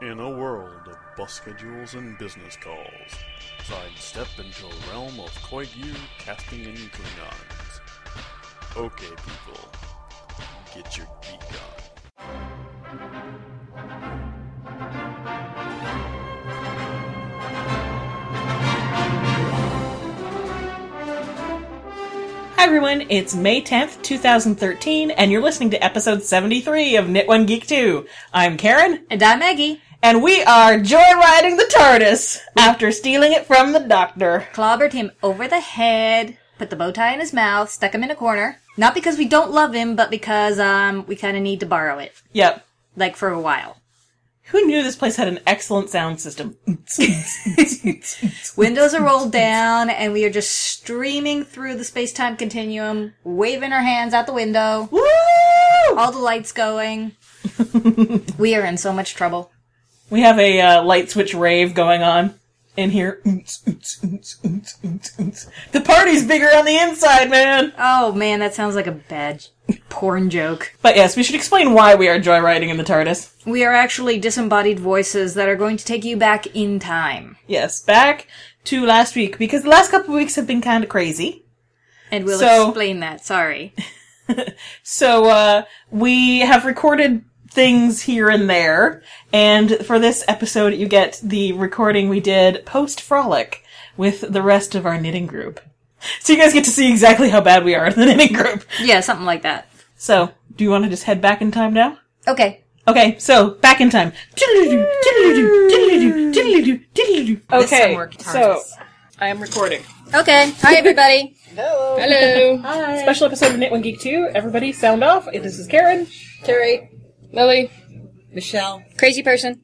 In a world of bus schedules and business calls, sidestep into a realm of Koigyu casting in Klingons. Okay, people, get your geek on. Hi everyone, it's May 10th, 2013, and you're listening to episode 73 of Knit One Geek 2. I'm Karen, And I'm Maggie. and we are joyriding the TARDIS after stealing it from the doctor. Clobbered him over the head, put the bow tie in his mouth, stuck him in a corner. Not because we don't love him, but because um we kind of need to borrow it, Yep. like for a while. Who knew this place had an excellent sound system? Windows are rolled down, and we are just streaming through the space-time continuum, waving our hands out the window, Woo! all the lights going. we are in so much trouble. We have a uh, light switch rave going on in here. The party's bigger on the inside, man! Oh man, that sounds like a bad porn joke. But yes, we should explain why we are joyriding in the TARDIS. We are actually disembodied voices that are going to take you back in time. Yes, back to last week because the last couple of weeks have been kind of crazy. And we'll So- explain that, sorry. So uh, we have recorded things here and there, and for this episode, you get the recording we did post frolic with the rest of our knitting group. So you guys get to see exactly how bad we are in the knitting group. Yeah, something like that. So do you want to just head back in time now? Okay. Okay, so back in time. Diddle-doo-doo, diddle-doo-doo, diddle-doo-doo, diddle-doo-doo, diddle-doo. Okay, so I am recording. Okay. Hi, everybody. Hello. Special episode of Knit One Geek 2. Everybody sound off. This is Karen. Terry. Lily. Michelle. Crazy person.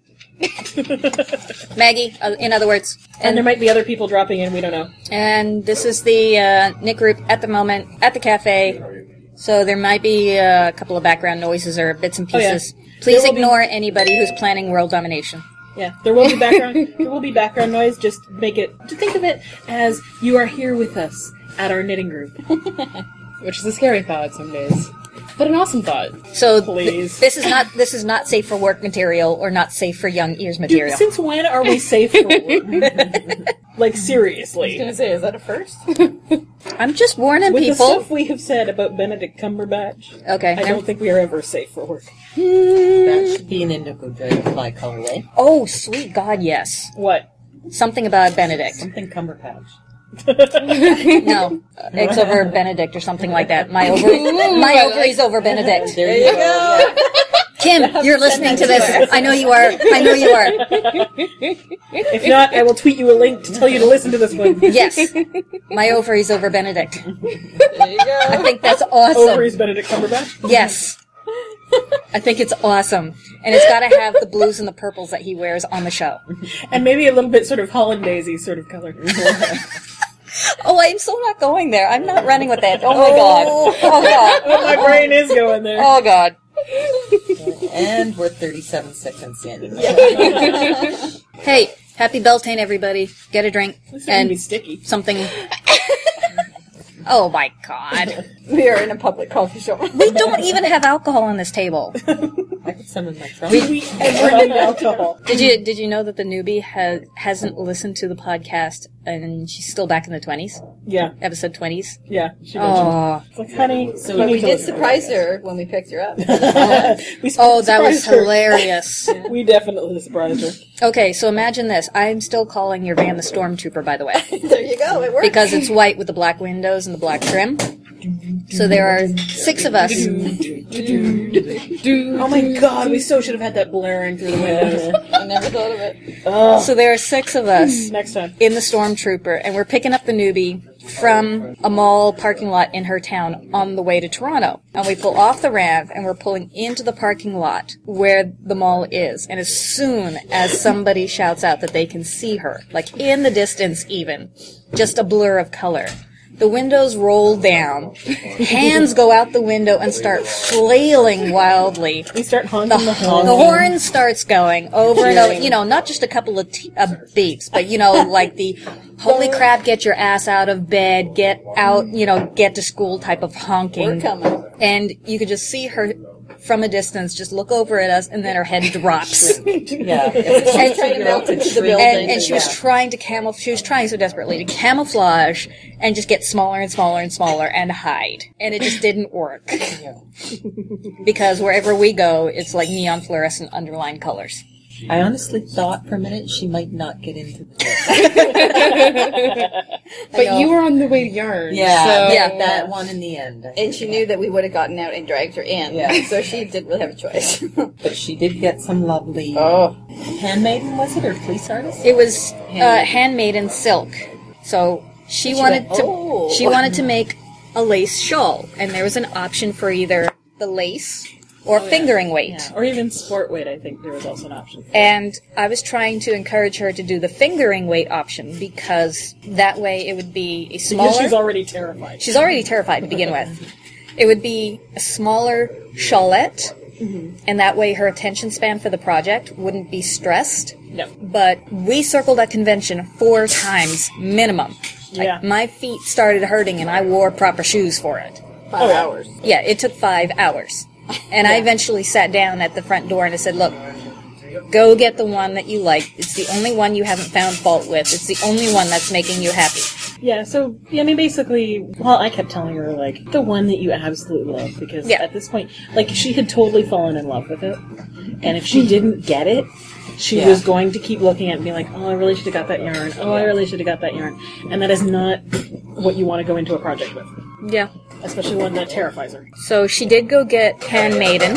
Maggie, uh, in other words. And there might be other people dropping in, we don't know. And this is the uh, Nick group at the moment at the cafe. So there might be uh, a couple of background noises or bits and yeah. pieces. Please There will be- ignore anybody who's planning world domination. Yeah, there will be background there will be background noise, just make it to think of it as you are here with us at our knitting group. Which is a scary thought some days, but an awesome thought. So th- Please. this is not this is not safe for work material or not safe for young ears material. Since when are we safe for work? Like seriously. gonna say, is that a first? I'm just warning With the people. stuff we have said about Benedict Cumberbatch, Okay. I don't think we are ever safe for work. That should be an indigo dragonfly colorway. Oh, sweet God, yes. What? Something about Benedict. Something Cumberpatch. No, it's over Benedict or something like that. My ovary, my ovaries over Benedict. There you go. Kim, you're listening to this. I know you are. I know you are. If not, I will tweet you a link to tell you to listen to this one. Yes. My ovaries over Benedict. There you I go. think that's awesome. Over is Benedict Cumberbatch. Yes. I think it's awesome. And it's got to have the blues and the purples that he wears on the show. And maybe a little bit sort of hollandaisey sort of color. Oh, I'm so not going there. I'm not running with that. Oh my god. Oh god. My brain is going there. Oh god. and we're 37 seconds in. Hey, happy Beltane everybody. Get a drink And be and sticky. something Oh my god. We are in a public coffee shop. We don't even have alcohol on this table. I could summon my trunk. We ever need alcohol. Did you did you know that the newbie has hasn't listened to the podcast and she's still back in the twenties, Yeah, episode twenties? yeah. She mentioned. Oh, It's like, honey, So you need we to Did listen. surprise her when we picked her up. We sur- oh, that was surprised her. hilarious. We definitely surprised her. Okay, so imagine this. I'm still calling your van the stormtrooper, by the way, there you go. It worked. because it's white with the black windows and the black trim. So there are six of us. Oh my god, we so should have had that blaring through the windows. I never thought of it. So there are six of us Next time. in the stormtrooper, and we're picking up the newbie from a mall parking lot in her town on the way to Toronto. And we pull off the ramp and we're pulling into the parking lot where the mall is. And as soon as somebody shouts out that they can see her, like in the distance even, just a blur of color. The windows roll down. Hands go out the window and start flailing wildly We start honking the horn. the horn starts going over and over. You know, not just a couple of t- uh, beeps, but you know, like the "Holy crap! Get your ass out of bed! Get out! You know, get to school" type of honking. We're coming. And you could just see her from a distance, just look over at us, and then her head drops. and, Yeah. It's and- trying to melt into the building. and she was trying to camel, she was trying so desperately to camouflage and just get smaller and smaller and smaller and hide. And it just didn't work. because wherever we go, it's like neon fluorescent underlined colors. I honestly thought for a minute she might not get into the But you were on the way to yarn. Yeah, so- yeah, that one in the end. And she knew that we would have gotten out and dragged her in. Yeah. So she didn't really have a choice. But she did get some lovely oh. handmaiden, was it, or police artist? It was uh, handmade in silk. So she, wanted to "Oh." she wanted to make a lace shawl, and there was an option for either the lace or fingering weight. Or even sport weight, I think there was also an option. And I was trying to encourage her to do the fingering weight option because that way it would be a smaller. Because she's already terrified. she's already terrified to begin with. It would be a smaller shawlette, and that way her attention span for the project wouldn't be stressed. No. But we circled that convention four times minimum. Like, Yeah. my feet started hurting, and I wore proper shoes for it. Five hours. Yeah, it took five hours. And I eventually sat down at the front door and I said, Look, go get the one that you like. It's the only one you haven't found fault with. It's the only one that's making you happy. Yeah, so, yeah, I mean, basically, well, I kept telling her, like, the one that you absolutely love, because Yeah. at this point, like, she had totally fallen in love with it. And if she didn't get it, she was going to keep looking at it and being like, oh, I really should have got that yarn. Oh, I really should have got that yarn. And that is not what you want to go into a project with, Yeah. especially one that terrifies her. So she did go get Handmaiden.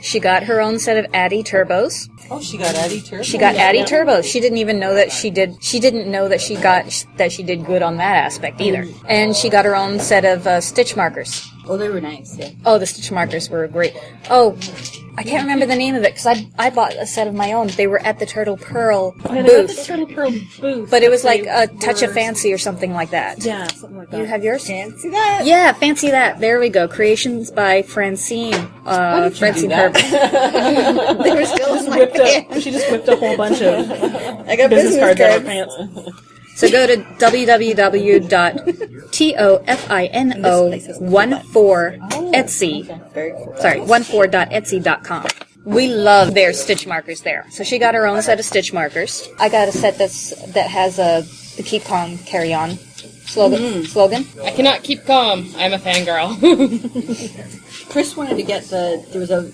She got her own set of Addy turbos. Oh, she got Eddie too. She got Addy turbos. She didn't even know that she did. She didn't know that she got that she did good on that aspect either. And she got her own set of uh, stitch markers. Oh, they were nice. Yeah. Oh, the stitch markers were great. Oh, I can't remember the name of it because I, I bought a set of my own. They were at the Turtle Pearl Oh, And I got the booth, turtle pearl booth. but it was like they a touch of were- fancy or something like that. Yeah, something like that. You have yours? Fancy that? Yeah, fancy that. There we go. Creations by Francine. Uh, Francine Herbert. they were still in my Whipped pants. up, she just whipped a whole bunch of I got business cards out of her cards. pants. So go to www.tofino14etsy. Very cool. Sorry, 14.etsy.com. We love their stitch markers there. So she got her own set of stitch markers. I got a set that's that has a the keep calm carry on slogan. Slogan. I cannot keep calm. I'm a fangirl. Chris wanted to get the. There was a,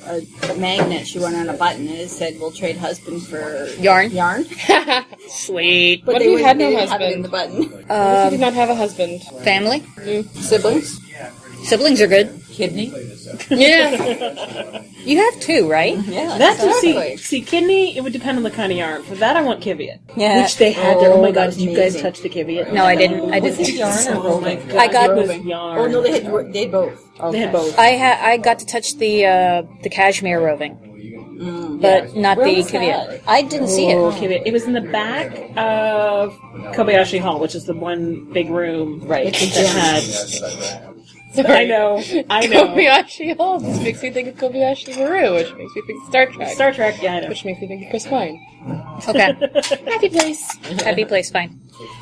a, a magnet she wanted on a button, and it said, "We'll trade husband for Yarn. yarn." Sweet. But What they if you wouldn't- had no they didn't have it in husband? the button. I Um, did not have a husband. Family. Uh, Siblings. Siblings are good. Kidney? Yeah. you have two, right? Yeah. That's see, exactly. see, kidney. It would depend on the kind of yarn. For that, I want kiviot, Yeah. which they had there. Oh Oh, my god, that's did you guys amazing. touch the kiviot? No, I didn't. I Was didn't. it yarn or rolling? I got. It was yarn. Oh no, they had they had both. They had both. I ha- I got to touch the uh, the cashmere roving, but not the caveat. I didn't see Oh, it. kiviot. It was in the back of Kobayashi Hall, which is the one big room right that had. I know. I know. Kobayashi Hall. This makes me think of Kobayashi Maru, which makes me think of Star Trek, Star Trek. Yeah, I know. which makes me think of Chris Pine. Okay, Happy place. happy place, fine.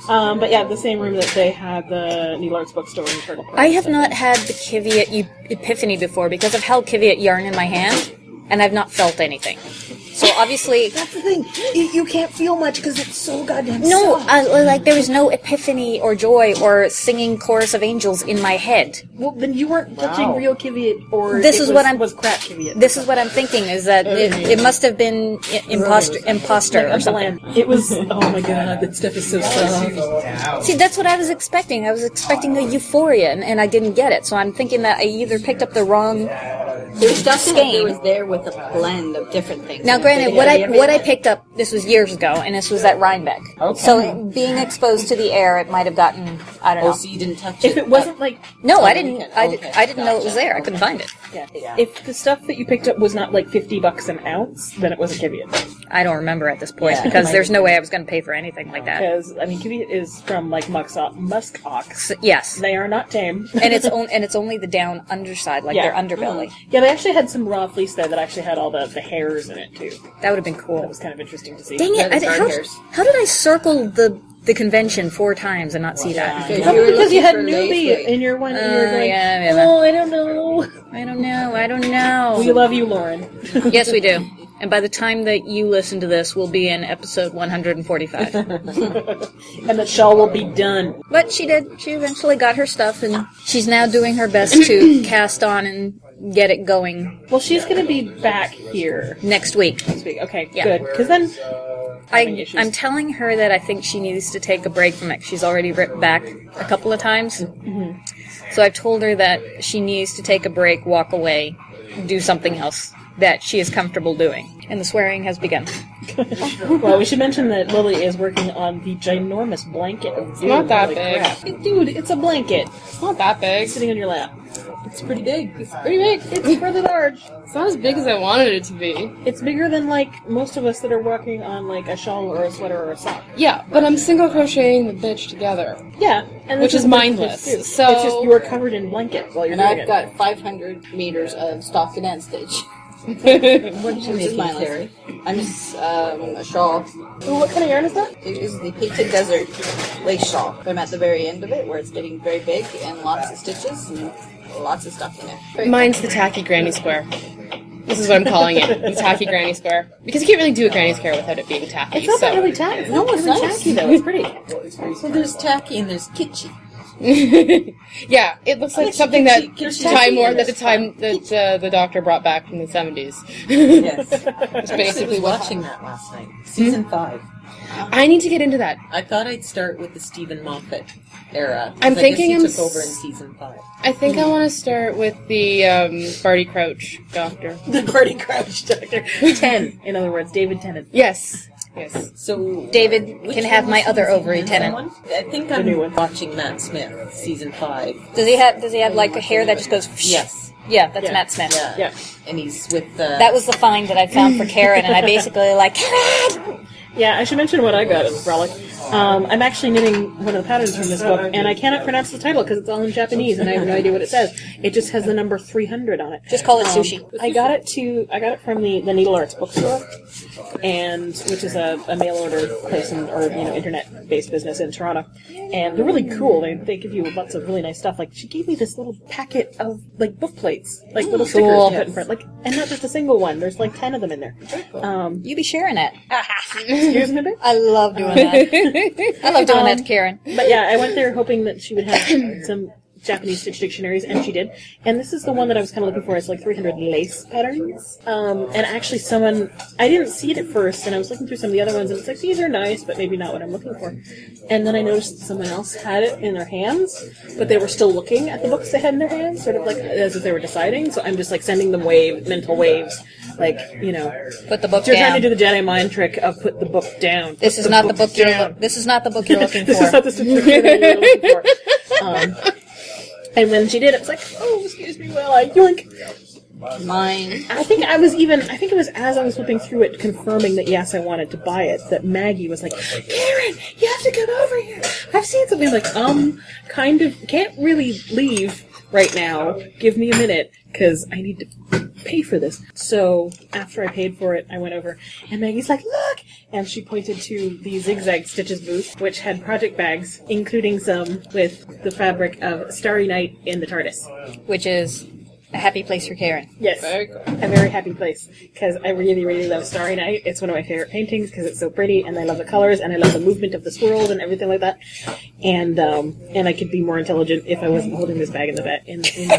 Um, but yeah, the same room that they had the Neil Arts bookstore in Turtle Park. I have not had the caveat e- epiphany before because I've held caveat yarn in my hand and I've not felt anything. So obviously, That's the thing. You, you can't feel much because it's so goddamn no, soft. uh, like there was no epiphany or joy or singing chorus of angels in my head. Well, then you weren't touching real kiviot, or This it is was, what I'm- was crap kiviot. This is what I'm thinking: is that it, it must have been i- imposter, imposter or something. Bland. It was. Oh my god, that stuff is so soft. See, that's what I was expecting. I was expecting a euphoria, and, and I didn't get it. So I'm thinking that I either picked up the wrong. There was stuff that there was there with a blend of different things. Now, And granted, they what I had what I everything. picked up this was years ago, and this was at Rhinebeck. Okay. So being exposed to the air, it might have gotten I don't Oh, know. so you didn't touch If it wasn't like No, I didn't. I, did, Okay. I didn't know it was there. I couldn't find it. if the stuff that you picked up was not like fifty bucks an ounce, then it wasn't kiviot. I don't remember at this point because there's no way I was going to pay for anything like that. Because I mean, kiviot is from like musk musk ox. So, yes, They are not tame. and it's on, and it's only the down underside, like Yeah. Mm-hmm. their underbelly. yeah, they actually had some raw fleece there that actually had all the, the hairs in it too. That would have been That cool. was kind of interesting to see. Dang it! I, did- how, how did I circle the the convention four times and not see that? Because Probably you were because you had looking for lace newbie weight. in your one, and Oh, you're going, yeah, yeah, yeah. "Oh, I don't know." I don't know. I don't know. We love you, Lauren. yes, we do. And by the time that you listen to this, we'll be in episode 145. And that Shaw will be done. but she did. She eventually got her stuff, and she's now doing her best to cast on and get it going Well, she's going to be back here next week. this week. Okay, Yeah. good. Because then, I, I'm telling her that I think she needs to take a break from it. She's already ripped back a couple of times. So I've told her that she needs to take a break, walk away, do something else that she is comfortable doing. And the swearing has begun. well, we should mention that Lily is working on the ginormous blanket of doom. not that Holy big. crap. Dude, it's a blanket It's not that big. sitting on your lap. It's pretty big. It's pretty big. It's really large. It's not as big as I wanted it to be. It's bigger than like most of us that are working on like a shawl or a sweater or a sock. Yeah, but I'm single crocheting the bitch together. Yeah, and Which this is what mindless. kids do. So- it's just you are covered in blankets while you're And doing I've it. got 500 meters of stockinette stitch. What did you Which is make, mindless. Terry? I'm just um, a shawl. Ooh, what kind of yarn is that? It is the Painted Desert lace shawl. I'm at the very end of it where it's getting very big and lots of stitches and lots of stockinette. Mine's the tacky granny square. This is what I'm calling it, the tacky granny square. Because you can't really do a granny square without it being tacky. It's not so. that really tacky. No, it's really nice. tacky though. It's pretty. So there's tacky and there's kitschy. yeah, it looks like something that time tacky war and that the it's time that uh, the doctor brought back from the 70s. Yes. It's I actually basically was what watching that last night. Season five. I need to get into that. I thought I'd start with the Stephen Moffat era. 'cause I'm I guess thinking he I'm took over in s- season five. I think I want to start with the um, Barty Crouch doctor. The Barty Crouch Doctor. Ten, in other words, David Tennant. Yes, yes. So David which can have one my was other he? ovary Another tenant. one? I think new I'm one. watching Matt Smith season five. Does he have? Does he have like a hair that just goes? whoosh? Yes. Yeah, that's Yeah. Matt Smith. Yeah. Yeah. And he's with the. That was the find that I found for Karen, and I basically like Karen. Yeah, I should mention what I got as a frolic. Um, I'm actually knitting one of the patterns from this book, and I cannot pronounce the title because it's all in Japanese, and I have no idea what it says. It just has the number 300 on it. Just call it sushi. I got it to I got it from the, the Needle Arts bookstore, and which is a, a mail order place in, or you know internet based business in Toronto, and they're really cool. They they give you lots of really nice stuff. Like she gave me this little packet of like book plates, like Oh, little stickers Cool. to put in front, like and not just a single one. There's like ten of them in there. Um, You be sharing it. excuse me. I love doing that. I love doing that to Karen. But yeah, I went there hoping that she would have some Japanese stitch dictionaries, and she did. And this is the one that I was kind of looking for. It's like 300 lace patterns. Um, and actually, someone I didn't see it at first, and I was looking through some of the other ones, and it's like these are nice, but maybe not what I'm looking for. And then I noticed that someone else had it in their hands, but they were still looking at the books they had in their hands, sort of like as if they were deciding. So I'm just like sending them wave mental waves, like you know, Put the book you're down. trying to do the Jedi mind trick of put the book down. this Put is not the book you're. down. Lo- this is not the book you're looking This is not for. the certificate I was looking for. Um, and when she did, it was like, oh, excuse me, well, I yoink. Mine. I think I was even, I think it was as I was flipping through it, confirming that yes, I wanted to buy it, that Maggie was like, Karen, you have to come over here. I've seen something. I'm like, um, kind of, can't really leave right now. Give me a minute, because I need to pay for this. So after I paid for it, I went over, and Maggie's like, look! And she pointed to the Zigzag Stitches booth, which had project bags, including some with the fabric of Starry Night in the TARDIS. Which is a happy place for Karen. Yes a very happy place because I really, really love Starry Night. It's one of my favorite paintings because it's so pretty, and I love the colors, and I love the movement of the swirls and everything like that. And um, and I could be more intelligent if I wasn't holding this bag in the back. In, in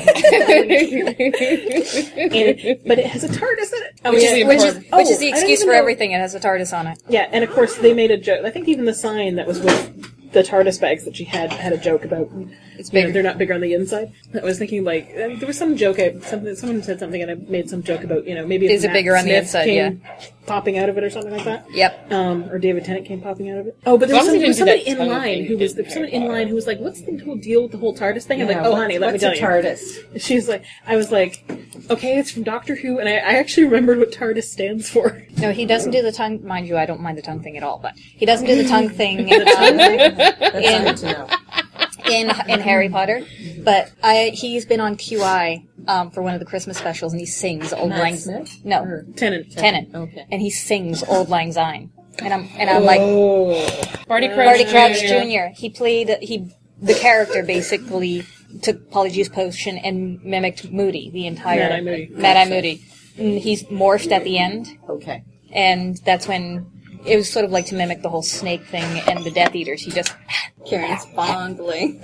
and, but it has a TARDIS in it, Which is the Which is important. which is Oh, the I don't excuse even for know. everything. It has a TARDIS on it. Yeah, and of course they made a joke. I think even the sign that was with the TARDIS bags that she had had a joke about. It's you know, bigger. they're not bigger on the inside. I was thinking like I there was some joke. I, something someone said something and I made some joke about you know maybe if Is it Matt bigger on the Smith inside, came Popping out of it or something like that. Yep. Um, or David Tennant came popping out of it. Oh, but there was, As long some, as there you was didn't somebody do that in tongue line thing who in was there Harry was someone in line who was like, "What's the whole deal with the whole TARDIS thing?" I'm like, "Oh, honey, let me what's tell a you." TARDIS? She was like, "I was like, okay, it's from Doctor Who," and I, I actually remembered what TARDIS stands for. No, he doesn't do the tongue. Mind you, I don't mind the tongue thing at all, but he doesn't do the tongue thing. um, That's hard to know. in in Harry Potter, but I he's been on QI um, for one of the Christmas specials, and he sings Old Matt Lang. Smith? No, Or- Tennant. Tennant. Okay. And he sings Old Lang Syne, and I'm and I'm like Oh, Barty Crouch, Barty Crouch Jr. Jr. He played he the character basically took Polyjuice Potion and mimicked Moody the entire Mad Eye Moody. Mad Eye Moody. And he's morphed at the end, Okay. and that's when it was sort of like to mimic the whole snake thing and the Death Eaters. He just Karen's fondling.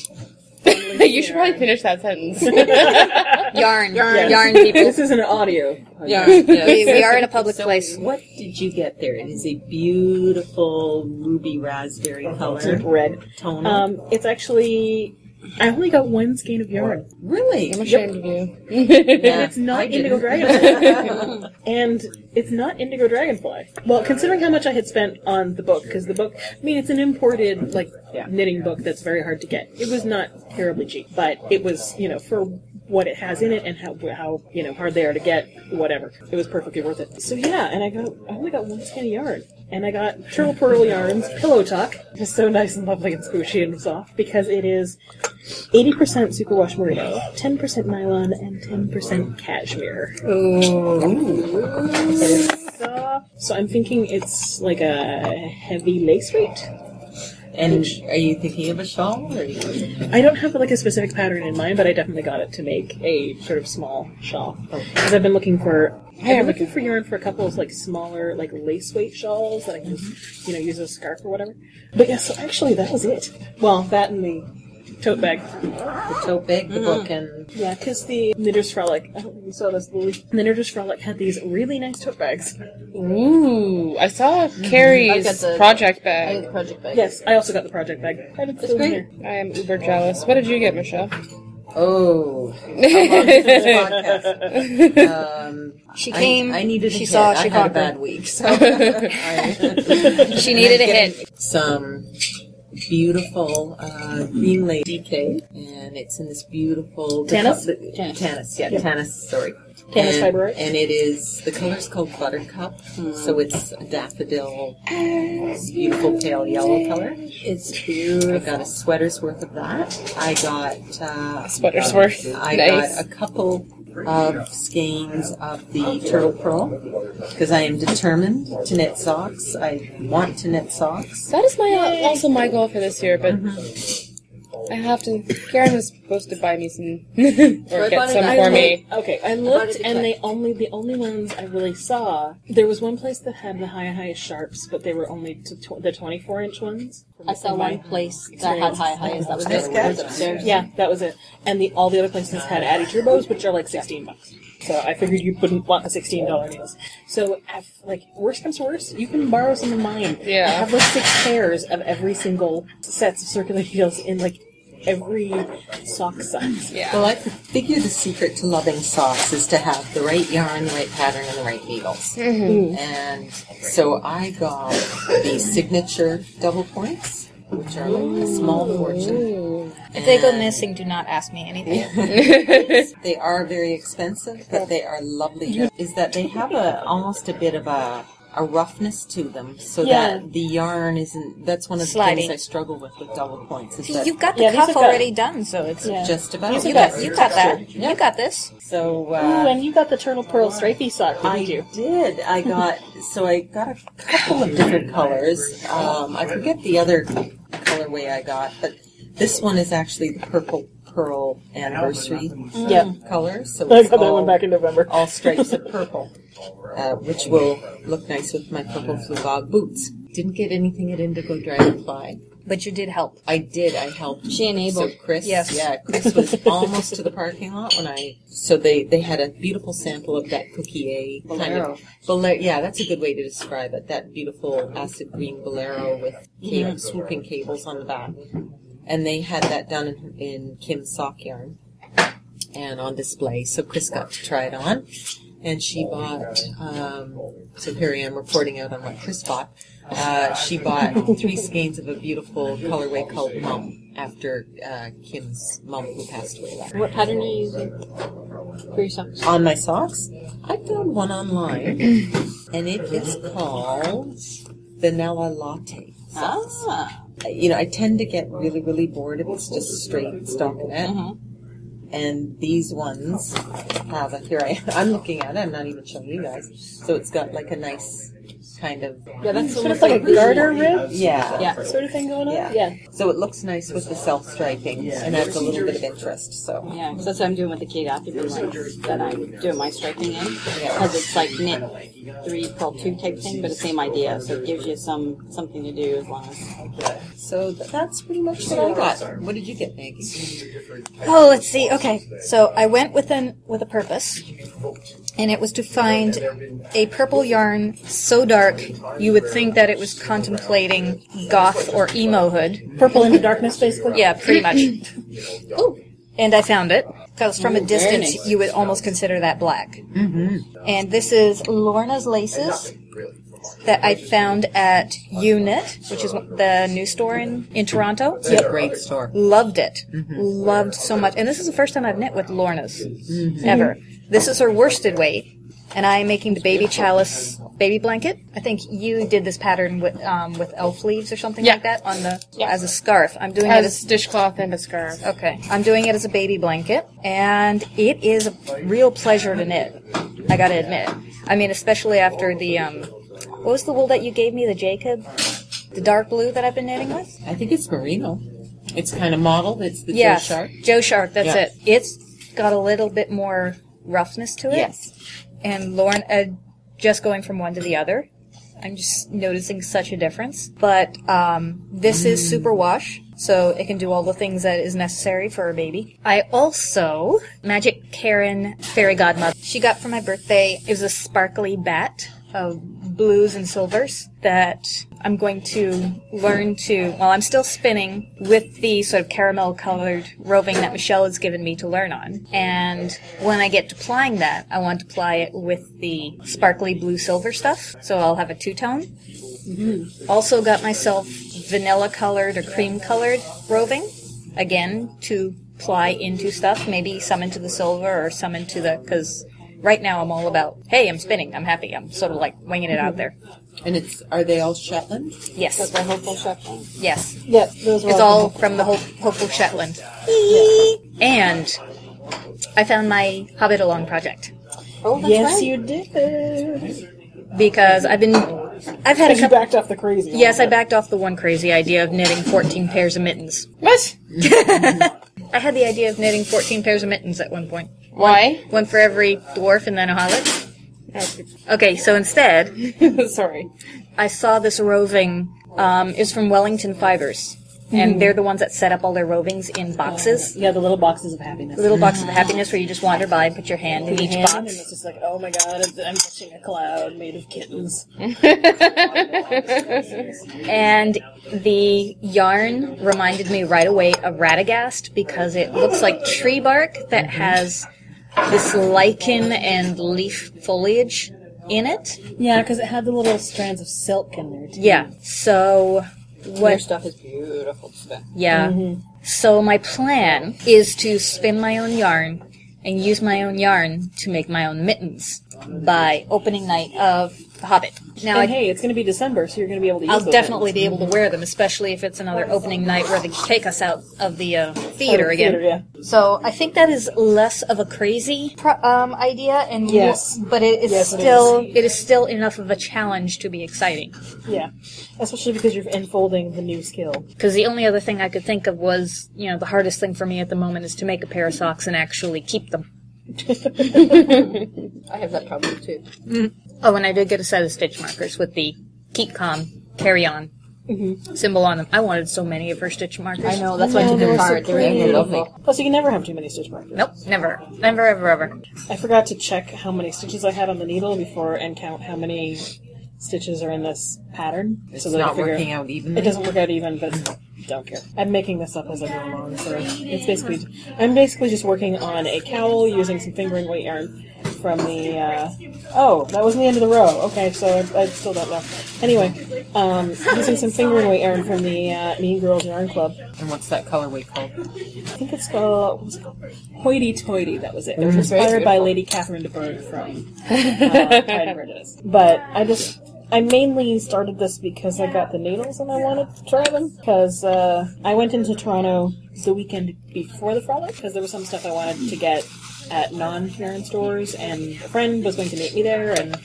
you should probably finish that sentence. yarn, Yarn. yarn, people. This is an audio. Yeah. we, yes. we are in a public place. What did you get there? It is a beautiful ruby raspberry color Red. tone. Um, it's actually. I only got one skein of yarn. really? I'm ashamed of you. Yeah, It's not I indigo didn't. dragonfly, and it's not indigo dragonfly. Well, considering how much I had spent on the book, because the book, I mean, it's an imported like Yeah. knitting book that's very hard to get. It was not terribly cheap, but it was you know for what it has in it and how how you know hard they are to get, whatever. It was perfectly worth it. So yeah, and I got I only got one skein of yarn. And I got Turtle Pearl Yarns Pillow Talk. It's so nice and lovely and squishy and soft because it is 80% superwash merino, 10% nylon, and 10% cashmere. Ooh. So I'm thinking it's like a heavy lace weight. And are you thinking of a shawl? Or I don't have like a specific pattern in mind, but I definitely got it to make a sort of small shawl. Because I've been looking for, I've been looking for yarn for a couple of like smaller, like lace weight shawls that I can, you know, use as a scarf or whatever. But yeah, so actually that was it. Well, that and the tote bag. the tote bag, the book, and Yeah, because the Knitter's Frolic, I don't think you saw this, Lily. The Knitter's Frolic had these really nice tote bags. Ooh, I saw I've Carrie's got the- project I think bag. the project bag. Yes, I also got the project bag. And it's still great. here. I am uber jealous. What did you get, Michelle? oh, podcast. Um, She I- came. I, needed. a She hit. saw. I She had a conquered. bad week, so Oh. I- She needed a hit. some beautiful uh, green lady cake, and it's in this beautiful Tannis? the co- the- Tannis, yeah, Yeah. Tannis. Sorry, Tannis and, fiberite. and it is the color's called buttercup, so it's a daffodil, beautiful pale yellow color. It's I beautiful. got a sweater's worth of that. I got. Uh, Sweater's worth. I nice. got a couple of skeins of the turtle pearl because I am determined to knit socks. I want to knit socks. That is my uh, also my goal for this year, but I have to. Karen was supposed to buy me some or I get bought it some at for I me. looked- okay, I bought looked it at and Claire's. they only the only ones I really saw. There was one place that had the high high sharps, but they were only to tw- the twenty four inch ones. I saw one place that had experience. high highs. That was it. Yeah, that was it. And the all the other places had Addy turbos, which are like sixteen bucks. So I figured you wouldn't want a sixteen dollar deals. So if, like worst comes to worst, you can borrow some of mine. Yeah. I have like six pairs of every single sets of circular needles in like every sock size. Yeah. Well, I figure the secret to loving socks is to have the right yarn, the right pattern, and the right needles. Mm-hmm. And so I got the signature double points, which are like a small fortune. If they go And- missing, do not ask me anything. They are very expensive, but they are lovely. Is that they have a almost a bit of a a roughness to them, so Yeah. that the yarn isn't. That's one of the Sliding. things I struggle with with double points. Is See, that you've got the Yeah, these cuff have got- already done, so it's Yeah. just about you got you got that. You got this. So Ooh, uh, and you got the turtle pearl stripey sock, didn't I you? did. I got so I got a couple of different colors. Um, I forget the other colorway I got, but this one is actually the purple pearl anniversary Yeah. color. So I it's got that all- one back in November. all stripes of purple, uh, which will look nice with my purple fluvog boots. Didn't get anything at Indigo Dragonfly. But you did help. I did. I helped. She So enabled. Chris, Yes. yeah, Chris was almost to the parking lot when I. So they they had a beautiful sample of that cookie kind Bolero. of bolero. Yeah, that's a good way to describe it. That beautiful acid green bolero with ca- swooping cables on the back, and they had that done in, in Kim's sock yarn and on display. So Chris got to try it on, and she bought. Um, so here I am reporting out on what Chris bought. Uh, she bought three skeins of a beautiful colorway called Mum after uh, Kim's mum who passed away. last- What pattern are you using for your socks? On my socks, I found one online, and it is called Vanilla Latte. Socks. Ah, You know, I tend to get really, really bored if it's just straight stockinette. And these ones have a, here I am, I'm looking at it, I'm not even showing you guys. So it's got like a nice kind of. Yeah, that's Sort of like a garter rib Yeah. yeah sort of thing going on. Yeah. Yeah. So it looks nice with the self striping, and that's a little bit of interest. So Yeah, 'cause that's what I'm doing with the Kate acupuncture that I'm doing my striking in. Because it's like knit three, purl two type thing, but the same idea. So it gives you some something to do as long as. so th- that's pretty much what I got. What did you get, Maggie? Oh, let's see. Okay, so I went with an with a purpose, and it was to find a purple yarn so dark you would think that it was contemplating goth or emo hood. Purple in the darkness, basically. Yeah, pretty much. And I found it because from a distance you would almost consider that black. Mm-hmm. And this is Lorna's laces that I found at Unit, which is the new store in in Toronto. Yep. Great store. Mm-hmm. Loved it. Loved so much. And this is the first time I've knit with Lorna's Mm-hmm. ever. This is her worsted weight, and I am making the baby chalice baby blanket. I think you did this pattern with um, with elf leaves or something Yeah. like that on the Yeah. as a scarf. I'm doing it Has as dishcloth and a scarf. Oh, okay. I'm doing it as a baby blanket, and it is a real pleasure to knit. I got to admit. I mean, especially after the um, what was the wool that you gave me, the Jacob, the dark blue that I've been knitting with. I think it's merino. It's kind of modeled. It's the Yeah, Joe Sharp. Joe Sharp. That's Yeah. it. It's got a little bit more roughness to it. And Lauren, uh, just going from one to the other, I'm just noticing such a difference. But um, this is super wash, so it can do all the things that is necessary for a baby. I also Magic Karen Fairy Godmother. She got for my birthday. It was a sparkly bat of blues and silvers that I'm going to learn to, while I'm still spinning with the sort of caramel colored roving that Michelle has given me to learn on. And when I get to plying that, I want to ply it with the sparkly blue silver stuff. So I'll have a two tone. Also got myself vanilla colored or cream colored roving. Again, to ply into stuff, maybe some into the silver or some into the, because right now I'm all about, hey, I'm spinning, I'm happy, I'm sort of like winging it out there. And it's are they all Shetland? Yes, The hopeful Shetland. yes. Yeah, those were It's all from the Ho- Hopeful Shetland. And I found my Hobbit Along project Oh, that's Yes, right. you did. because I've been, I've had a Because you couple. backed off the crazy. one. Yes, I backed off the one crazy idea of knitting 14 pairs of mittens. What? I had the idea of knitting 14 pairs of mittens at one point. Why? One for every dwarf and then a hobbit. Okay, so instead, Sorry. I saw this roving. Um, it was from Wellington Fibers, and they're the ones that set up all their rovings in boxes. Yeah, the little boxes of happiness. Little boxes of happiness where you just wander by and put your hand in Hand, each And box. it's just like, oh my god, I'm touching a cloud made of kittens. And the yarn reminded me right away of Radagast because it looks like tree bark that has this lichen and leaf foliage in it. Yeah, because it had the little strands of silk in there. Too. Yeah. So Their what stuff is beautiful stuff. Yeah. So my plan is to spin my own yarn and use my own yarn to make my own mittens by opening night of The Hobbit. Now And I, hey, it's going to be December, so you're going to be able to. Use I'll those definitely things. be able to wear them, especially if it's another opening night where they take us out of the uh, theater Theater, again. yeah. So I think that is less of a crazy pro- um, idea, and more- Yes. but it is Yes, it still it is still enough of a challenge to be exciting. Yeah, especially because you're unfolding the new skill. Because the only other thing I could think of was, you know, the hardest thing for me at the moment is to make a pair of socks and actually keep them. I have that problem too. Oh, and I did get a set of stitch markers with the keep calm, carry on symbol on them. I wanted so many of her stitch markers. I know, that's why I took the card. They're lovely. Plus, you can never have too many stitch markers. Nope, never, never, ever, ever. I forgot to check how many stitches I had on the needle before and count how many stitches are in this pattern. It's so that I not figure working out even. It doesn't work out even, but it's- don't care. I'm making this up as I go along, so it's basically I'm basically just working on a cowl using some fingering weight yarn from the. Uh, oh, that wasn't the end of the row. Okay, so I, I still don't know. Anyway, um, using some fingering weight yarn from the uh, Mean Girls Yarn Club. And what's that colorway called? I think it's called what was it called? Hoity Toity. That was it. It was Mhm. inspired Very by Lady Catherine de Bourgh from uh, Pride and Prejudice. But I just I mainly started this because I got the needles and I wanted to try them because uh, I went into Toronto the weekend before the frolic because there was some stuff I wanted to get at non-yarn stores and a friend was going to meet me there and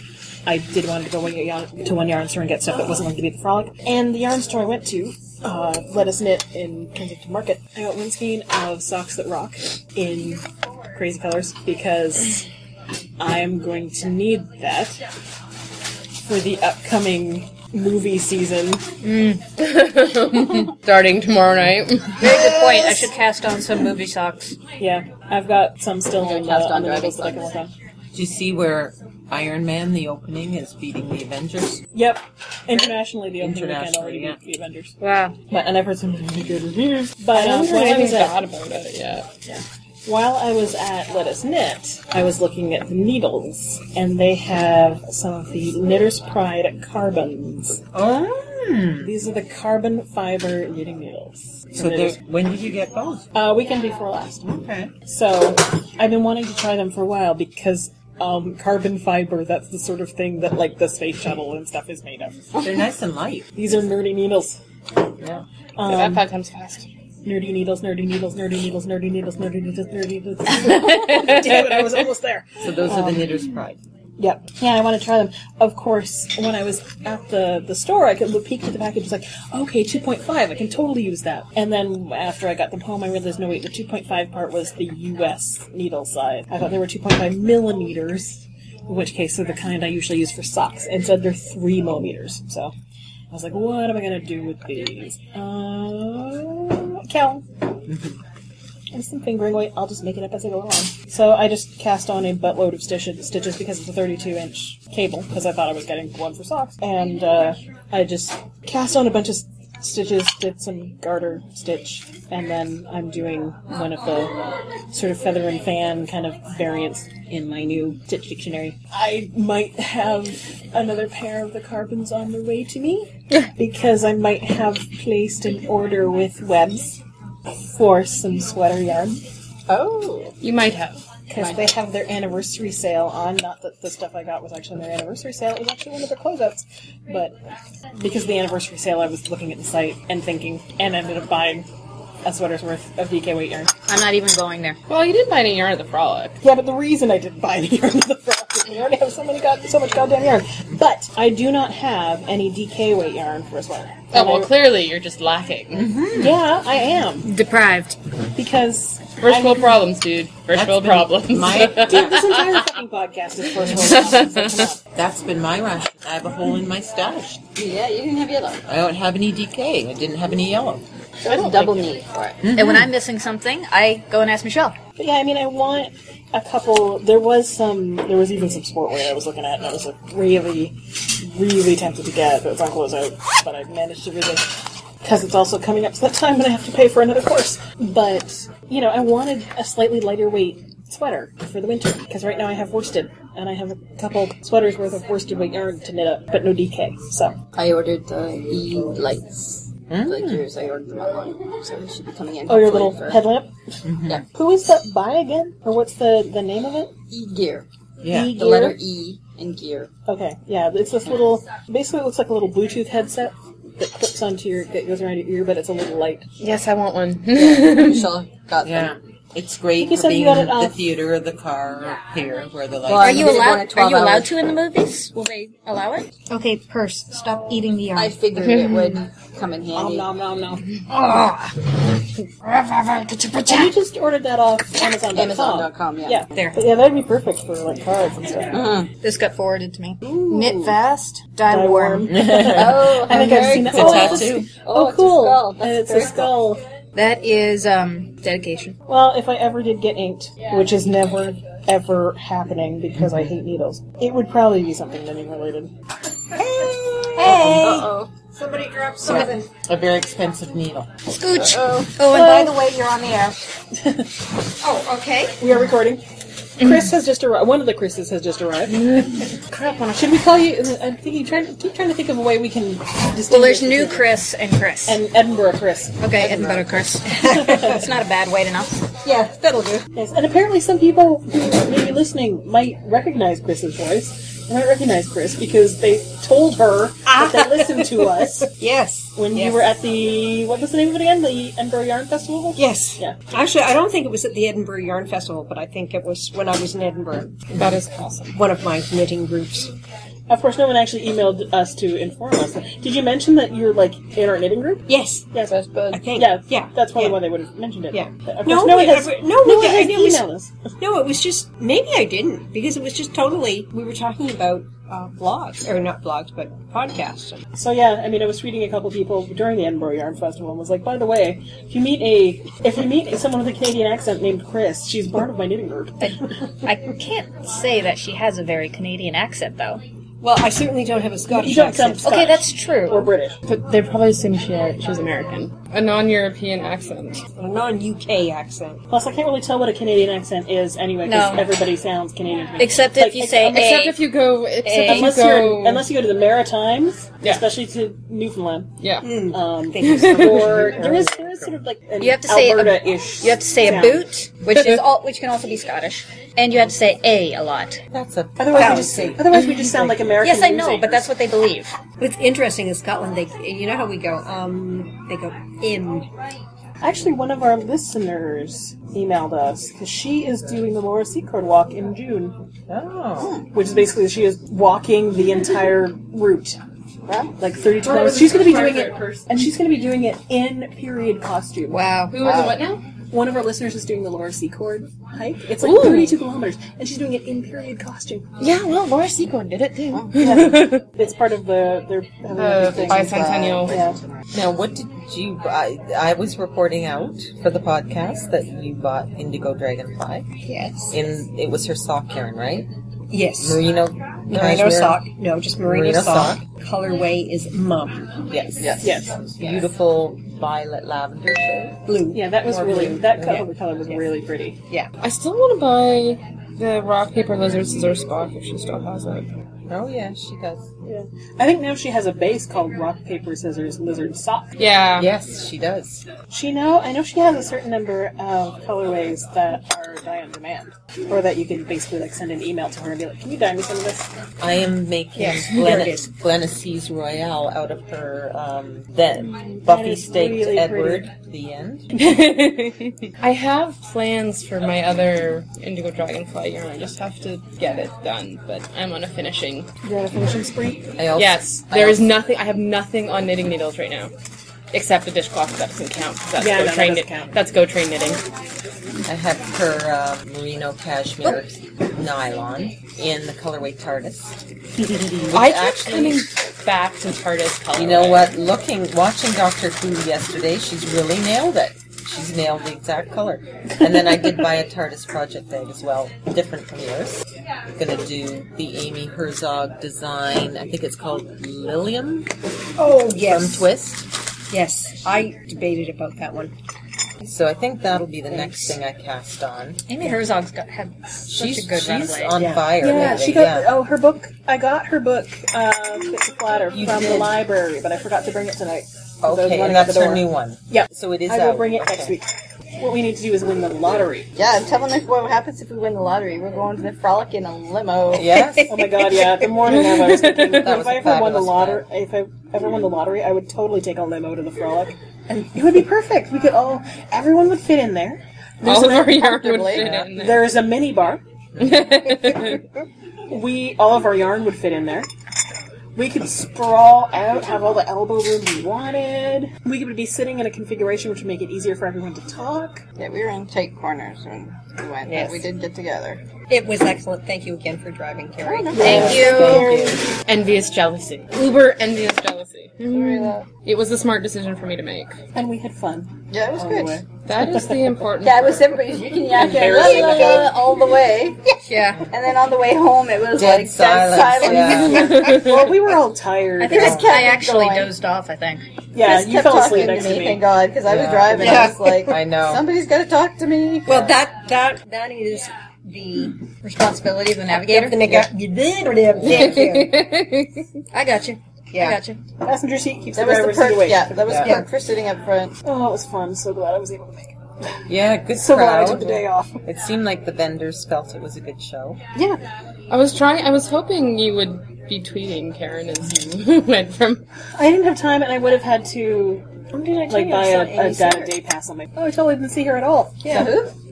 I did want to go one yarn, to one yarn store and get stuff that wasn't going to be at the frolic. And the yarn store I went to, uh, Let Us Knit in Kensington Market, I got one skein of socks that rock in crazy colors because I'm going to need that for the upcoming movie season. Starting tomorrow night. Very good point. I should cast on some movie socks. Yeah, I've got some still on the, cast on on the driving labels that I can work on. Do you see where Iron Man, the opening, is beating the Avengers? Yep, internationally the opening weekend Internationally, already yeah. beat the Avengers. Wow. But, and I've heard some really good reviews. But um, while, I anything was bad at, about it yet. while I was at Let Us Knit, I was looking at the needles, and they have some of the Knitter's Pride carbons. Oh, These are the carbon fiber knitting needles. so there. When did you get those? Uh, weekend before last. Okay. So I've been wanting to try them for a while because um, carbon fiber, that's the sort of thing that like the space shuttle and stuff is made of. They're nice and light. These are nerdy needles. Yeah. About five times fast. Nerdy needles, nerdy needles, nerdy needles, nerdy needles, nerdy needles, nerdy needles. Damn it, I was almost there. So those are the Knitter's Pride. Yep. Yeah, I want to try them. Of course, when I was at the, the store, I could look, peek at the package. It's like, okay, 2.5. I can totally use that. And then after I got them home, I realized, no, wait, the 2.5 part was the U.S. needle size. I thought they were 2.5 millimeters, in which case they're the kind I usually use for socks. Instead, they're 3 millimeters. So I was like, what am I going to do with these? Uh, Cal. And some fingering weight. I'll just make it up as I go along. So I just cast on a buttload of stitches, stitches because it's a 32 inch cable, because I thought I was getting one for socks. And uh, I just cast on a bunch of s- stitches, did some garter stitch, and then I'm doing one of the sort of feather and fan kind of variants in my new stitch dictionary. I might have another pair of the carbons on the way to me because I might have placed an order with webs for some sweater yarn Oh, You might have. because they have their anniversary sale on. Not that the stuff I got was actually on their anniversary sale; it was actually one of their closeouts. But because of the anniversary sale, I was looking at the site and thinking, and ended up buying a sweater's worth of DK weight yarn. I'm not even going there. Well, you did buy any yarn at the frolic. Yeah, but the reason I didn't buy any yarn is the frog is we already have so many god- so much goddamn yarn. But I do not have any DK weight yarn for a sweater. Oh And well, clearly you're just lacking. I, yeah, I am Deprived. because First world problems, dude. That's First world been problems. My, dude, this entire fucking podcast is first world problems. Like, come on. that's been my ration. I have a hole in my stash. yeah, you didn't have yellow. I don't have any DK. I didn't have any yellow. So it's double knee for it. And when I'm missing something, I go and ask Michelle. But yeah, I mean, I want a couple. There was some. There was even some sport wear I was looking at, and I was like really, really tempted to get, but it's on closeout. But I managed to resist because it's also coming up to that time, and I have to pay for another course. But you know, I wanted a slightly lighter weight sweater for the winter because right now I have worsted, and I have a couple sweaters worth of worsted weight yarn to knit up, but no DK. So I ordered the E lights. Like yours, I ordered them online, so they should be coming in. oh, your hopefully little for headlamp. Yeah. Who is that by again, or what's the the name of it? E gear. Yeah. The letter E and gear. Okay, yeah, it's this little. Basically, it looks like a little Bluetooth headset that clips onto your that goes around your ear, but it's a little light. yes, I want one. Michelle got Yeah. them. It's great You for said you being got it in the off. theater or the car or here where the lights Well, Are I'm you gonna go on a allowed? Are 12 you allowed hours. to in the movies? Will they allow it? Okay, purse, stop eating the yarn. I figured it would come in Om handy. nom nom nom. Ah! And Ugh. you just ordered that off Amazon.com. Amazon.com, yeah. Yeah, There. But yeah, that'd be perfect for like cards and stuff. This got forwarded to me. Knit fast, die Dye warm. Oh, I think I've very seen that. cool. Oh, It's it's a a- tattoo. Oh, it's a cool! skull. And That's it's a very skull. That is um, dedication. Well, if I ever did get inked, which is never ever happening because I hate needles, it would probably be something knitting related. Hey! Uh-oh. Somebody dropped something. A very expensive needle. Scooch. Oh, and by the way, you're on the air. oh, okay. We are recording. Chris has just arrived. One of the Chris's has just arrived. Crap! when I- Should we call you? uh, I'm thinking. Trying, keep trying to think of a way we can. Distinguish Well, there's new between- Chris and Chris. and Edinburgh Chris. okay, Edinburgh Chris. it's not a bad way to know. Yeah, that'll do. Yes, and apparently some people who may be listening might recognize Chris's voice. They might recognize Chris because they told her that they listened to us Yes. when you Yes. were at the what was the name of it again? The Edinburgh Yarn Festival. Yes. Yeah. Actually, I don't think it was at the Edinburgh Yarn Festival, but I think it was when I was in Edinburgh, that is awesome. one of my knitting groups. Of course, no one actually emailed us to inform us. Did you mention that you're like in our knitting group? Yes. Yes, Best bud. I think. yeah, yeah. That's probably yeah. why they would have mentioned it. Yeah. But Of No, course, no one we- has, I- no no one one did. has It was- emailed us. No, it was just maybe I didn't because it was just totally we were talking about uh, blogs or not blogs but podcasts. So yeah, I mean, I was reading a couple people during the Edinburgh Yarn Festival and was like, by the way, if you meet a, if you meet someone with a Canadian accent named Chris, she's part of my knitting group. I can't say that she has a very Canadian accent, though. Well, I certainly don't have a Scottish You don't sound accent. Okay, Scotch that's true. or British. But they probably assume she, she's American. A non European accent. A non-UK accent. Plus, I can't really tell what a Canadian accent is anyway because No. everybody sounds Canadian. to me. Except Like, if you say Except a. if you go. Except Eh. if you Unless go. you're, unless you go to the Maritimes, Yeah. especially to Newfoundland, yeah. um, Thank or there is there is sort of like an You have to say a- Alberta-ish. You have to say a sound. boot, which is all, which can also be Scottish, and you have to say a a lot. That's a Otherwise, we just otherwise we just sound like American. Yes, I news know, but anchors. that's what they believe. What's interesting in Scotland, they you know how we go, um, they go im. Actually, one of our listeners emailed us because she is doing the Laura Secord walk in June. Oh. Which is basically she is walking the entire route. Like 32 miles. She's going to be doing it, and she's going to be doing it in period costume. Uh, Wow. Who was it? What now? One of our listeners is doing the Laura Secord hike. It's like 32 kilometers, and she's doing it in period costume. Yeah, well, Laura Secord did it too. Yeah. it's part of the they're having a Uh, big thing. bicentennial. Yeah. Now, what did you? I, I was reporting out for the podcast that you bought Indigo Dragonfly, Yes. and it was her sock, Karen, right? Yes. Merino, Merino cashmere- sock. No, just merino, Merino sock. sock. Colorway is mum. Yes, yes, Yes. Beautiful violet lavender shade. Blue. Yeah, that was really that color, Yeah. color was really pretty. I still want to buy the rock paper lizard scissors Spock if she still has it. Oh yeah, she does. Yeah. I think now she has a base called Rock Paper Scissors Lizard Sock. Yeah. Yes, she does. She now I know she has a certain number of colorways that are dye on demand, or that you can basically like send an email to her and be like, "Can you dye me some of this?" I am making Yes, there it is. Glen- Glenassee's Royale out of her um, then Buffy is staked really Edward. The end. I have plans for my other Indigo Dragonfly yarn. I just have to get it done, but I'm on a finishing. You're on a finishing spree. I also, Yes, I there is also- nothing. I have nothing on knitting needles right now, except the dishcloth. That doesn't count. 'cause That's Yeah, go no, that train doesn't count. That's go train knitting. I have her uh, merino cashmere nylon in the colorway TARDIS. Oh. I kept actually- coming back to TARDIS color. You know what? Looking, watching Doctor Who yesterday, she's really nailed it. She's nailed the exact color. And then I did buy a TARDIS project bag as well, different from yours. Gonna do the Amy Herzog design. I think it's called Lilium Oh from yes. Twist. Yes. I debated about that one. So I think that'll be the next thing I cast on. Amy Herzog's got had such She's a good she's runway. on fire. Yeah, lately, she got. yeah. Oh, her book. I got her book, uh, Fix a Platter, You from the did. library, but I forgot to bring it tonight. 'cause I was Okay, and running out that's the her door. new one. Yep. So it is. I will out. bring it Okay. next week. What we need to do is win the lottery. Yeah, I'm telling us what happens if we win the lottery. We're going to the frolic in a limo. Yes. Oh my god, yeah. The morning of, I was thinking, That if was I a ever won the fabulous lottery, if I ever won the lottery, I would totally take a limo to the frolic, and it would be perfect. We could all, everyone would fit in there. All of our yarn would comfortably. fit in there. There is a mini bar. we all of our yarn would fit in there. We could sprawl out, have all the elbow room we wanted. We could be sitting in a configuration which would make it easier for everyone to talk. Yeah, we were in tight corners when we went, Yes. but we did get together. It was excellent. Thank you again for driving, Carrie. Thank you. Envious jealousy. Uber envious jealousy. It was a smart decision for me to make. And we had fun. Yeah, it was on the good. way. That is the important. Yeah, it was part. everybody's you can yak and la, la, la, la, all the way. Yeah. And then on the way home, it was Dead like silence, dead silence. yeah. Well, we were all tired. I think Just I, kept I it actually going. dozed off. I think. yeah, Just you kept fell talking asleep next to me. Thank God, because I was Yeah. driving. Yeah. I was like, I know. somebody's got to talk to me. Well, that that that is the Responsibility of the yeah. navigator. Thank you. I got you. I Yeah, got you. Passenger seat keeps that the was the driver's seat perk. away. Yeah, that was the Yeah. perk for sitting up front. Oh, it was fun. So glad I was able to make it. Yeah, good So glad I crowd. took the day off. It seemed like the vendors felt it was a good show. Yeah, I was trying. I was hoping you would be tweeting Karen as you went from. I didn't have time, and I would have had to like buy a, a data day pass on my. Oh, I totally didn't see her at all. Yeah.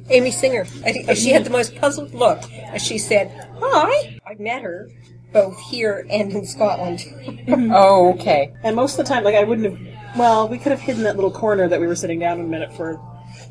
Amy Singer. And and she had the most puzzled look as she said, Hi. I met her both here and in Scotland. Oh, okay. And most of the time, like I wouldn't have. Well, we could have hidden that little corner that we were sitting down in a minute for,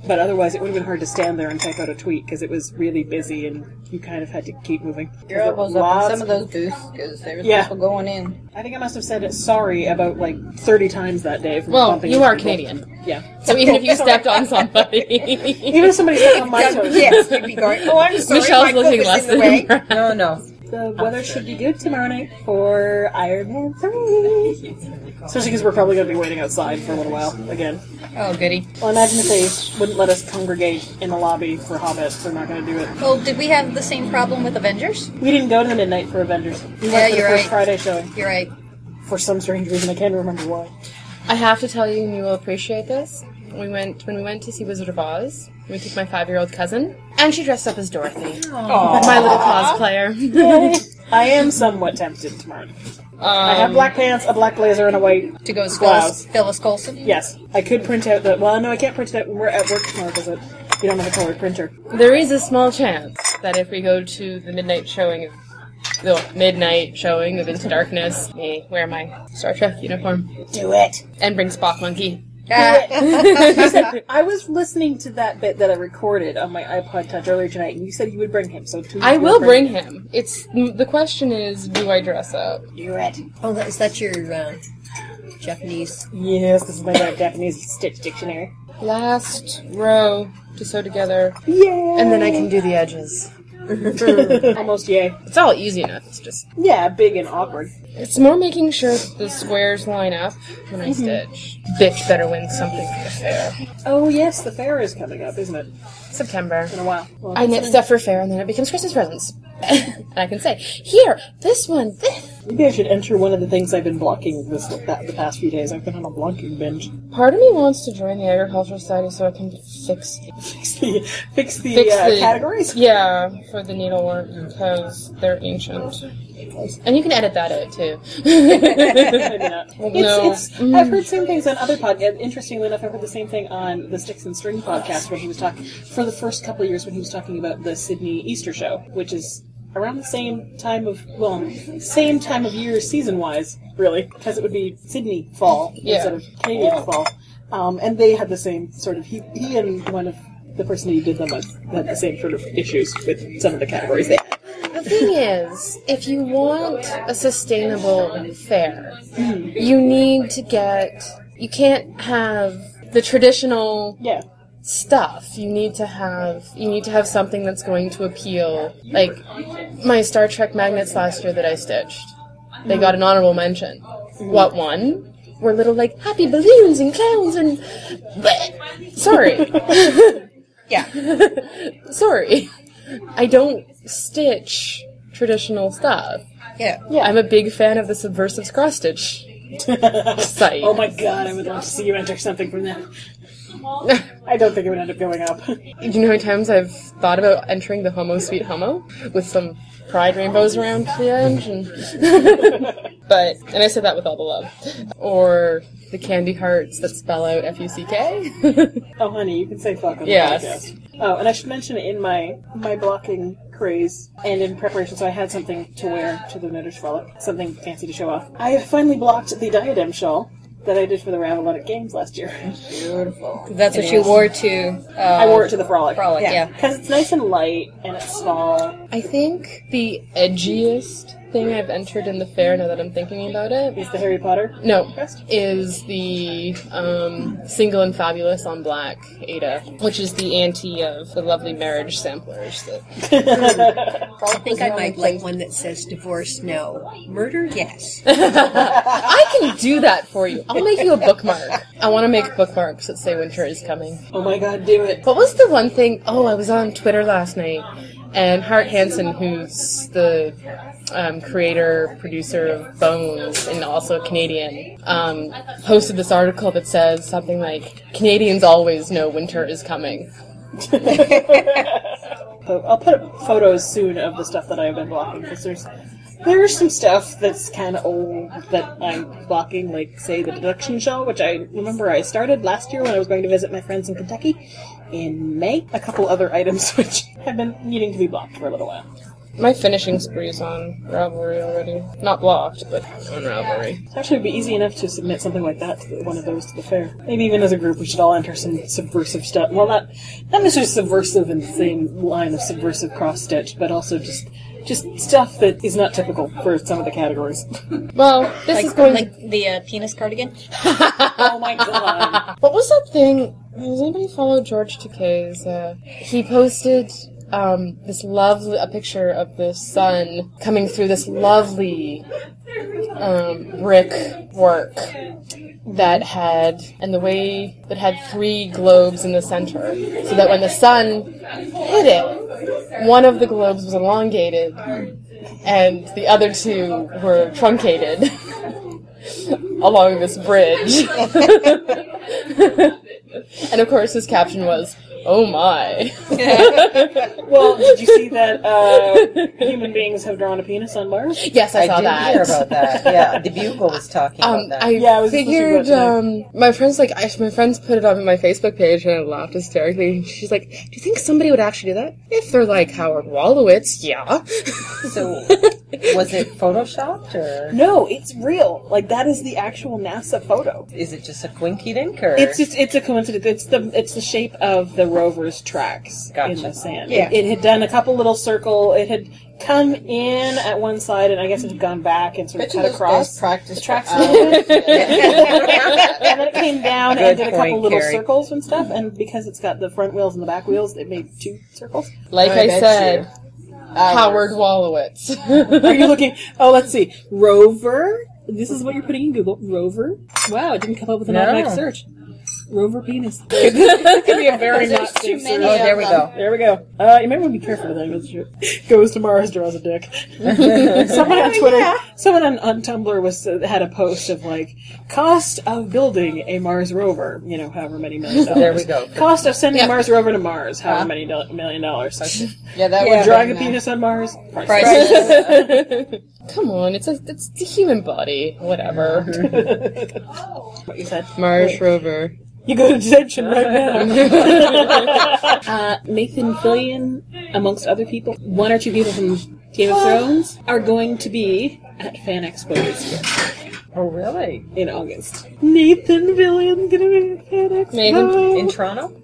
but otherwise it would have been hard to stand there and type out a tweet because it was really busy and you kind of had to keep moving. There Girl were was up in lots- some of those booths because there was Yeah. people going in. I think I must have said sorry about like thirty times that day. From Well, bumping you into are people. Canadian, Yeah. so even if you stepped on somebody, Even if somebody stepped on my toes, yes, you'd be going, Oh, I'm sorry. my Michelle's foot looking was less in the than way. impressed. No, no. the weather uh, should be good tomorrow night for Iron Man Three. Especially because we're probably going to be waiting outside for a little while again. Oh, goody. Well, imagine if they wouldn't let us congregate in the lobby for Hobbits. They're not going to do it. Well, did we have the same problem with Avengers? We didn't go to the midnight for Avengers. We went Yeah, for you're the first right. Friday showing. You're right. For some strange reason, I can't remember why. I have to tell you, and you will appreciate this. We went when we went to see Wizard of Oz. We took my five-year-old cousin, and she dressed up as Dorothy, my little cosplayer. I am somewhat tempted tomorrow. I have black pants, a black blazer, and a white. Um, To go as Blouse. Phyllis, Phyllis Colson? Yes, I could print out the. Well, no, I can't print it out when we're at work tomorrow because we don't have a colored printer. there is a small chance that if we go to the midnight showing of the midnight showing of Into Darkness, me wear my Star Trek uniform Do it. and bring Spock monkey. I was listening to that bit that I recorded on my iPod Touch earlier tonight, and you said you would bring him. So two I will bring him. It's the question is, do I dress up? Do it. Oh, that, is that your uh, Japanese? Yes, this is my Japanese Stitch dictionary. Last row to sew together. And then I can do the edges. Almost yay. It's all easy enough. It's just Yeah, big and awkward. It's more making sure that the squares line up when I stitch. Bitch better win something for the fair. Oh yes, the fair is coming up, isn't it? September. In a while. Well, I knit stuff for fair and then it becomes Christmas presents. and I can say, here, this one, this. Maybe I should enter one of the things I've been blocking this that, the past few days. I've been on a blocking binge. Part of me wants to join the Agricultural Society so I can fix Fix the fix the, fix uh, the categories. Yeah, for the needlework because they're ancient. And you can edit that out too. Maybe not. It's, No. it's, I've heard same things on other podcasts. Interestingly enough, I've heard the same thing on the Sticks and String podcast when he was talking for the first couple of years when he was talking about the Sydney Easter show, which is around the same time of well, same time of year season wise, really, because it would be Sydney fall Yeah. instead of Canadian fall. Um, and they had the same sort of he, he and one of the person he did them with had the same sort of issues with some of the categories they had. The thing is, if you want a sustainable fair, you need to get. You can't have the traditional Yeah. stuff. You need to have. You need to have something that's going to appeal. Like my Star Trek magnets last year that I stitched. They got an honorable mention. What one? Were little like happy balloons and clowns and. Sorry. Sorry. I don't stitch traditional stuff. Yeah. I'm a big fan of the subversive cross stitch site. Oh my god, I would love to see you enter something from that. I don't think it would end up going up. Do you know how many times I've thought about entering the Homo Sweet Homo with some pride rainbows around the edge? And but and I said that with all the love. Or the candy hearts that spell out F U C K. Oh, honey, you can say fuck on the Yes. podcast. Oh, and I should mention in my my blocking craze and in preparation, so I had something to wear to the Knitters Frolic, something fancy to show off. I have finally blocked the diadem shawl that I did for the Ravelotic Games last year. That's what you wore to. Uh, I wore it to the Frolic. Frolic, yeah. Because it's nice and light and it's small. I think the edgiest thing I've entered in the fair now that I'm thinking about it It's the Harry Potter. No, Crest? is the um, single and fabulous on black Ada, which is the auntie of the lovely marriage samplers. That, I think I might like one that says divorce, no. Murder, yes. I can do that for you. I'll make you a bookmark. I want to make bookmarks that say winter is coming. Oh my god, do it. What was the one thing? Oh, I was on Twitter last night, and Hart Hansen, who's the um, creator, producer of Bones, and also a Canadian, um, posted this article that says something like Canadians always know winter is coming. Po- I'll put up photos soon of the stuff that I've been blocking because there's there's some stuff that's kind of old that I'm blocking, like say the deduction shell, which I remember I started last year when I was going to visit my friends in Kentucky, in May. A couple other items which have been needing to be blocked for a little while. My finishing spree's on Ravelry already. Not blocked, but on Ravelry. So actually, it would be easy enough to submit something like that to the, one of those to the fair. Maybe even as a group, we should all enter some subversive stuff. Well, not not necessarily subversive in the same line of subversive cross stitch, but also just just stuff that is not typical for some of the categories. Well, this is Like, going. like the uh, penis cardigan. oh my god! what was that thing? Does anybody follow George Takei's? Uh, he posted um, this lovely a picture of the sun coming through this lovely um, brick work that had and the way that had three globes in the center, so that when the sun hit it, one of the globes was elongated and the other two were truncated along this bridge. and of course, his caption was, "Oh my!" Well, did you see that uh, human beings have drawn a penis on Mars? yes, I, I saw did that. hear about that. Yeah, the bugle was talking Um, about that. I Yeah, I was just listening to figured. that Um, my friends like I, my friends put it up on my Facebook page, and I laughed hysterically. She's like, "Do you think somebody would actually do that if they're like Howard Wallowitz?" Yeah. so, was it photoshopped or No, it's real. Like that is the actual NASA photo. is it just a quinky dink? Or It's just it's a coincidence. It's the it's the shape of the rover's tracks in Gotcha. the sand. Yeah. It, it had done a couple little circle. It had come in at one side, and I guess it had gone back and sort of Bet you cut those across. guys practiced the tracks for a little bit, and yeah. then it came down and Good did a point, couple little Carrie. circles and stuff. And because it's got the front wheels and the back wheels, it made two circles. like I I, bet said, Howard Oh, Wallowitz. Are you looking? Oh, let's see. Rover. This is what you're putting in Google. Rover. Wow, it didn't come up with an No. automatic search. Rover penis. that could be a very There's too many. oh, there of we them. go. There we go. Uh, you might want to be careful with that because it goes to Mars, draws a dick. someone Oh, on Twitter, someone on, on Tumblr was uh, had a post of like cost of building a Mars rover. You know, however many million dollars. There we go. Cost of sending Mars rover to Mars, however many do- million dollars. Yeah, that Yeah. was Drawing a penis on Mars, priceless. Come on, it's a it's the human body. Whatever. What you said. Mars rover. You go to detention right now. uh, Nathan Fillion, amongst other people, one or two people from Game of Thrones are going to be at Fan Expo this year. Oh, really? in August. Nathan Fillion's gonna be at Fan Expo. Nathan- In Toronto?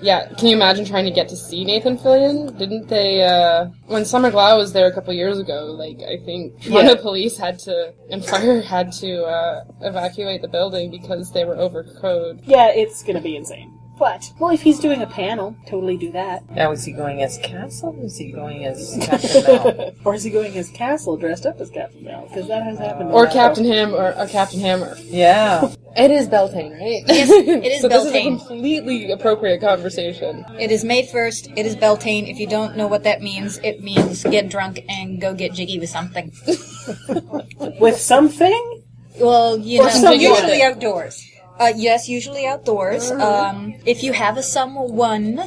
Yeah, can you imagine trying to get to see Nathan Fillion? Didn't they, uh, when Summer Glau was there a couple years ago, like, I think one of the police had to, and fire had to, uh, evacuate the building because they were over code. yeah, it's gonna be insane. But well, if he's doing a panel, totally do that. Now, is he going as Castle? Is he going as Captain Mel? Or is he going as Castle dressed up as Captain Mel? Because that has happened. Or before. Captain Ham, or, or Captain Hammer. Yeah. It is Beltane, right? Yes, it is so this is a Beltane. completely appropriate conversation. It is May 1st. It is Beltane. If you don't know what that means, it means get drunk and go get jiggy with something. with something. Well, you know, something usually- with it. Usually outdoors. Uh, yes, usually outdoors. Um, if you have a someone,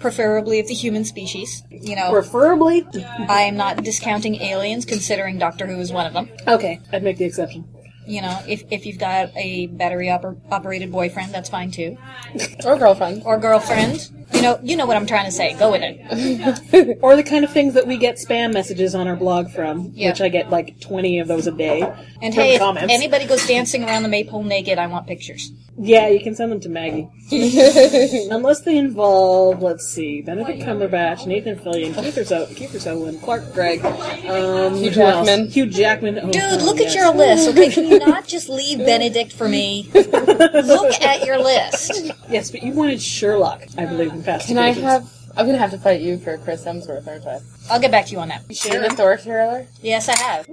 preferably of the human species, you know, Preferably, I am not discounting aliens, considering Doctor Who is one of them. okay, I'd make the exception. You know, if, if you've got a battery oper- operated boyfriend, that's fine too, Or girlfriend. or girlfriend. You know, you know what I'm trying to say. Go with it. Or the kind of things that we get spam messages on our blog from, Yeah. which I get like twenty of those a day. And from hey, if comments. anybody goes dancing around the maypole naked, I want pictures. Yeah, you can send them to Maggie. Unless they involve, let's see, Benedict Cumberbatch, Nathan Fillion, Kiefer, so- Kiefer Sutherland, Clark Gregg, um, Hugh who else? Jackman. Hugh Jackman. Oh, Dude, oh, look yes. at your list, okay? Can you not just leave Benedict for me? Look at your list. Yes, but you wanted Sherlock, I believe, in Fast Can and I Furious. have, I'm gonna have to fight you for Chris Hemsworth, aren't I? I'll get back to you on that. Sure. the Thor trailer? Yes, I have.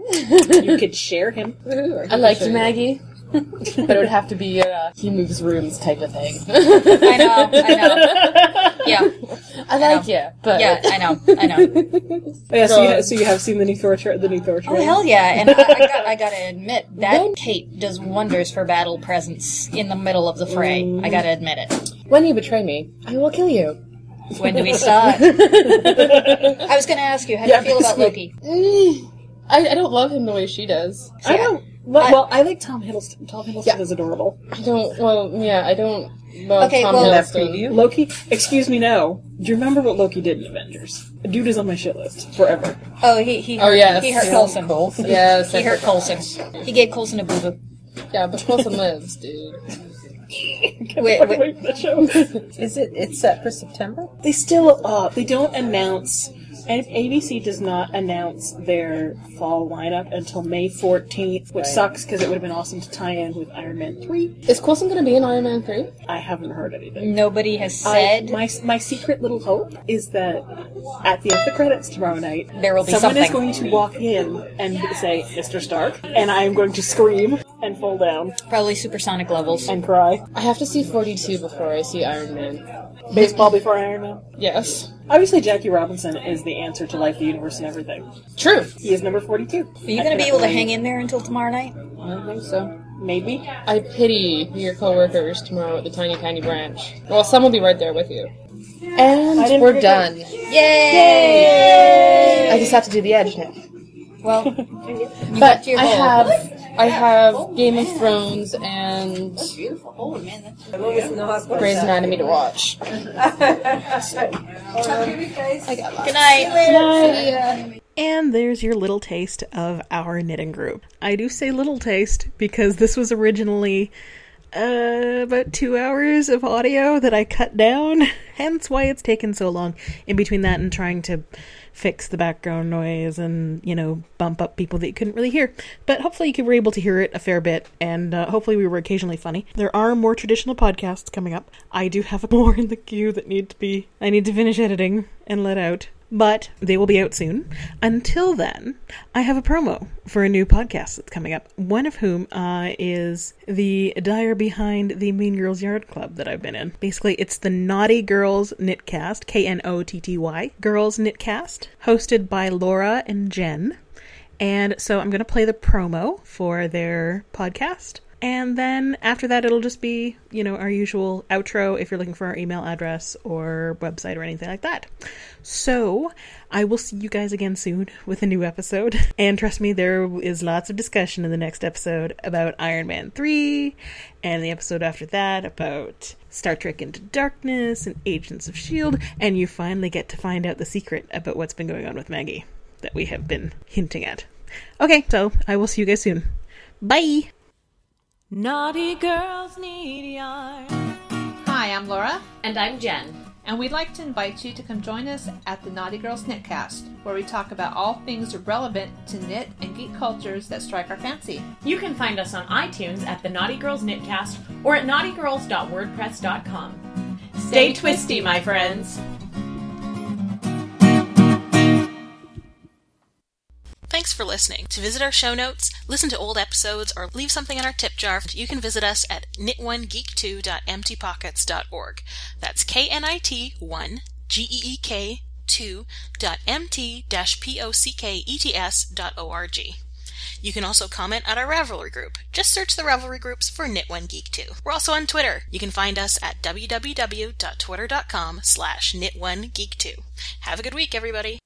You could share him. I like you, Maggie. but it would have to be a he moves rooms type of thing. I know, I know. Yeah, I like you, but uh, yeah, I know, I know. Oh, yeah, so, you, God. so you have seen the new Thor, tra- the new Thor Oh trailer. hell yeah! And I, I, got, I gotta admit that cape does wonders for battle presence in the middle of the fray. Mm. I gotta admit it. when you betray me, I will kill you. When do we start? I was gonna ask you how do Yeah, you feel about Loki? I, I don't love him the way she does. I don't. Well, well, I like Tom Hiddleston. Tom Hiddleston Yeah. is adorable. I don't. Well, yeah, I don't. Well, Okay, Tom well- Hiddleston. That Loki, excuse me, no. Do you remember what Loki did in Avengers? Dude is on my shit list forever. Oh, he he. Oh hurt- yes. he hurt Coulson. Yes. He I hurt forgot. Coulson. He gave Colson a boo boo. Yeah, but Coulson lives, dude. Wait, Fuck wait. away from that show. Is it? It's set for September. they still uh, they don't announce. And ABC does not announce their fall lineup until May 14th, which sucks because it would have been awesome to tie in with Iron Man 3. Is Coulson gonna be in Iron Man three? I haven't heard anything. Nobody has I- said my, my secret little hope is that at the end of the credits tomorrow night, there will be someone something. is going to walk in and say, Mr. Stark, and I am going to scream and fall down Probably supersonic levels. and cry. I have to see forty two before I see Iron Man. Baseball before Iron Man. Yes. Obviously, Jackie Robinson is the answer to life, the universe, and everything. True. He is number 42. Are you going to be able to hang in there until tomorrow night? I don't think so. Maybe. I pity your coworkers tomorrow at the Tiny Tiny Branch. Well, some will be right there with you. And didn't we're forget. done. I just have to do the edge now. Well, But I have, I have Game of Thrones and What was in the hospital? Grey's Anatomy to watch. good night. And there's your little taste of our knitting group. I do say little taste because this was originally uh, about two hours of audio that I cut down, hence why it's taken so long in between that and trying to fix the background noise and, you know, bump up people that you couldn't really hear. But hopefully you were able to hear it a fair bit, and uh, hopefully we were occasionally funny. There are more traditional podcasts coming up. I do have more in the queue that need to be, I need to finish editing and let out but they will be out soon. Until then, I have a promo for a new podcast that's coming up, one of whom uh, is the Dyer Behind the Mean Girls Yard Club that I've been in. Basically, it's the Naughty Girls Knitcast, K N O T T Y, Girls Knitcast, hosted by Laura and Jen. And so I'm going to play the promo for their podcast. And then after that, it'll just be, you know, our usual outro if you're looking for our email address or website or anything like that. So I will see you guys again soon with a new episode. And trust me, there is lots of discussion in the next episode about Iron Man 3 and the episode after that about Star Trek Into Darkness and Agents of S.H.I.E.L.D. E And you finally get to find out the secret about what's been going on with Maggie that we have been hinting at. Okay, so I will see you guys soon. Bye! Naughty girls need yarn. Hi, I'm Laura, And I'm Jen. and we'd like to invite you to come join us at the Naughty Girls Knitcast, where we talk about all things relevant to knit and geek cultures that strike our fancy. You can find us on iTunes at the Naughty Girls Knitcast or at naughtygirls.wordpress.com. Stay twisty, my friends. Thanks for listening. To visit our show notes, listen to old episodes, or leave something in our tip jar, you can visit us at knit1geek2.emptypockets.org. That's K N I T 1 G E E K 2 dot M T dash P O C K E T S dot O R G. You can also comment at our Ravelry group. Just search the Ravelry groups for Knit1Geek2. We're also on Twitter. You can find us at www.twitter.com slash Knit1Geek2. Have a good week, everybody.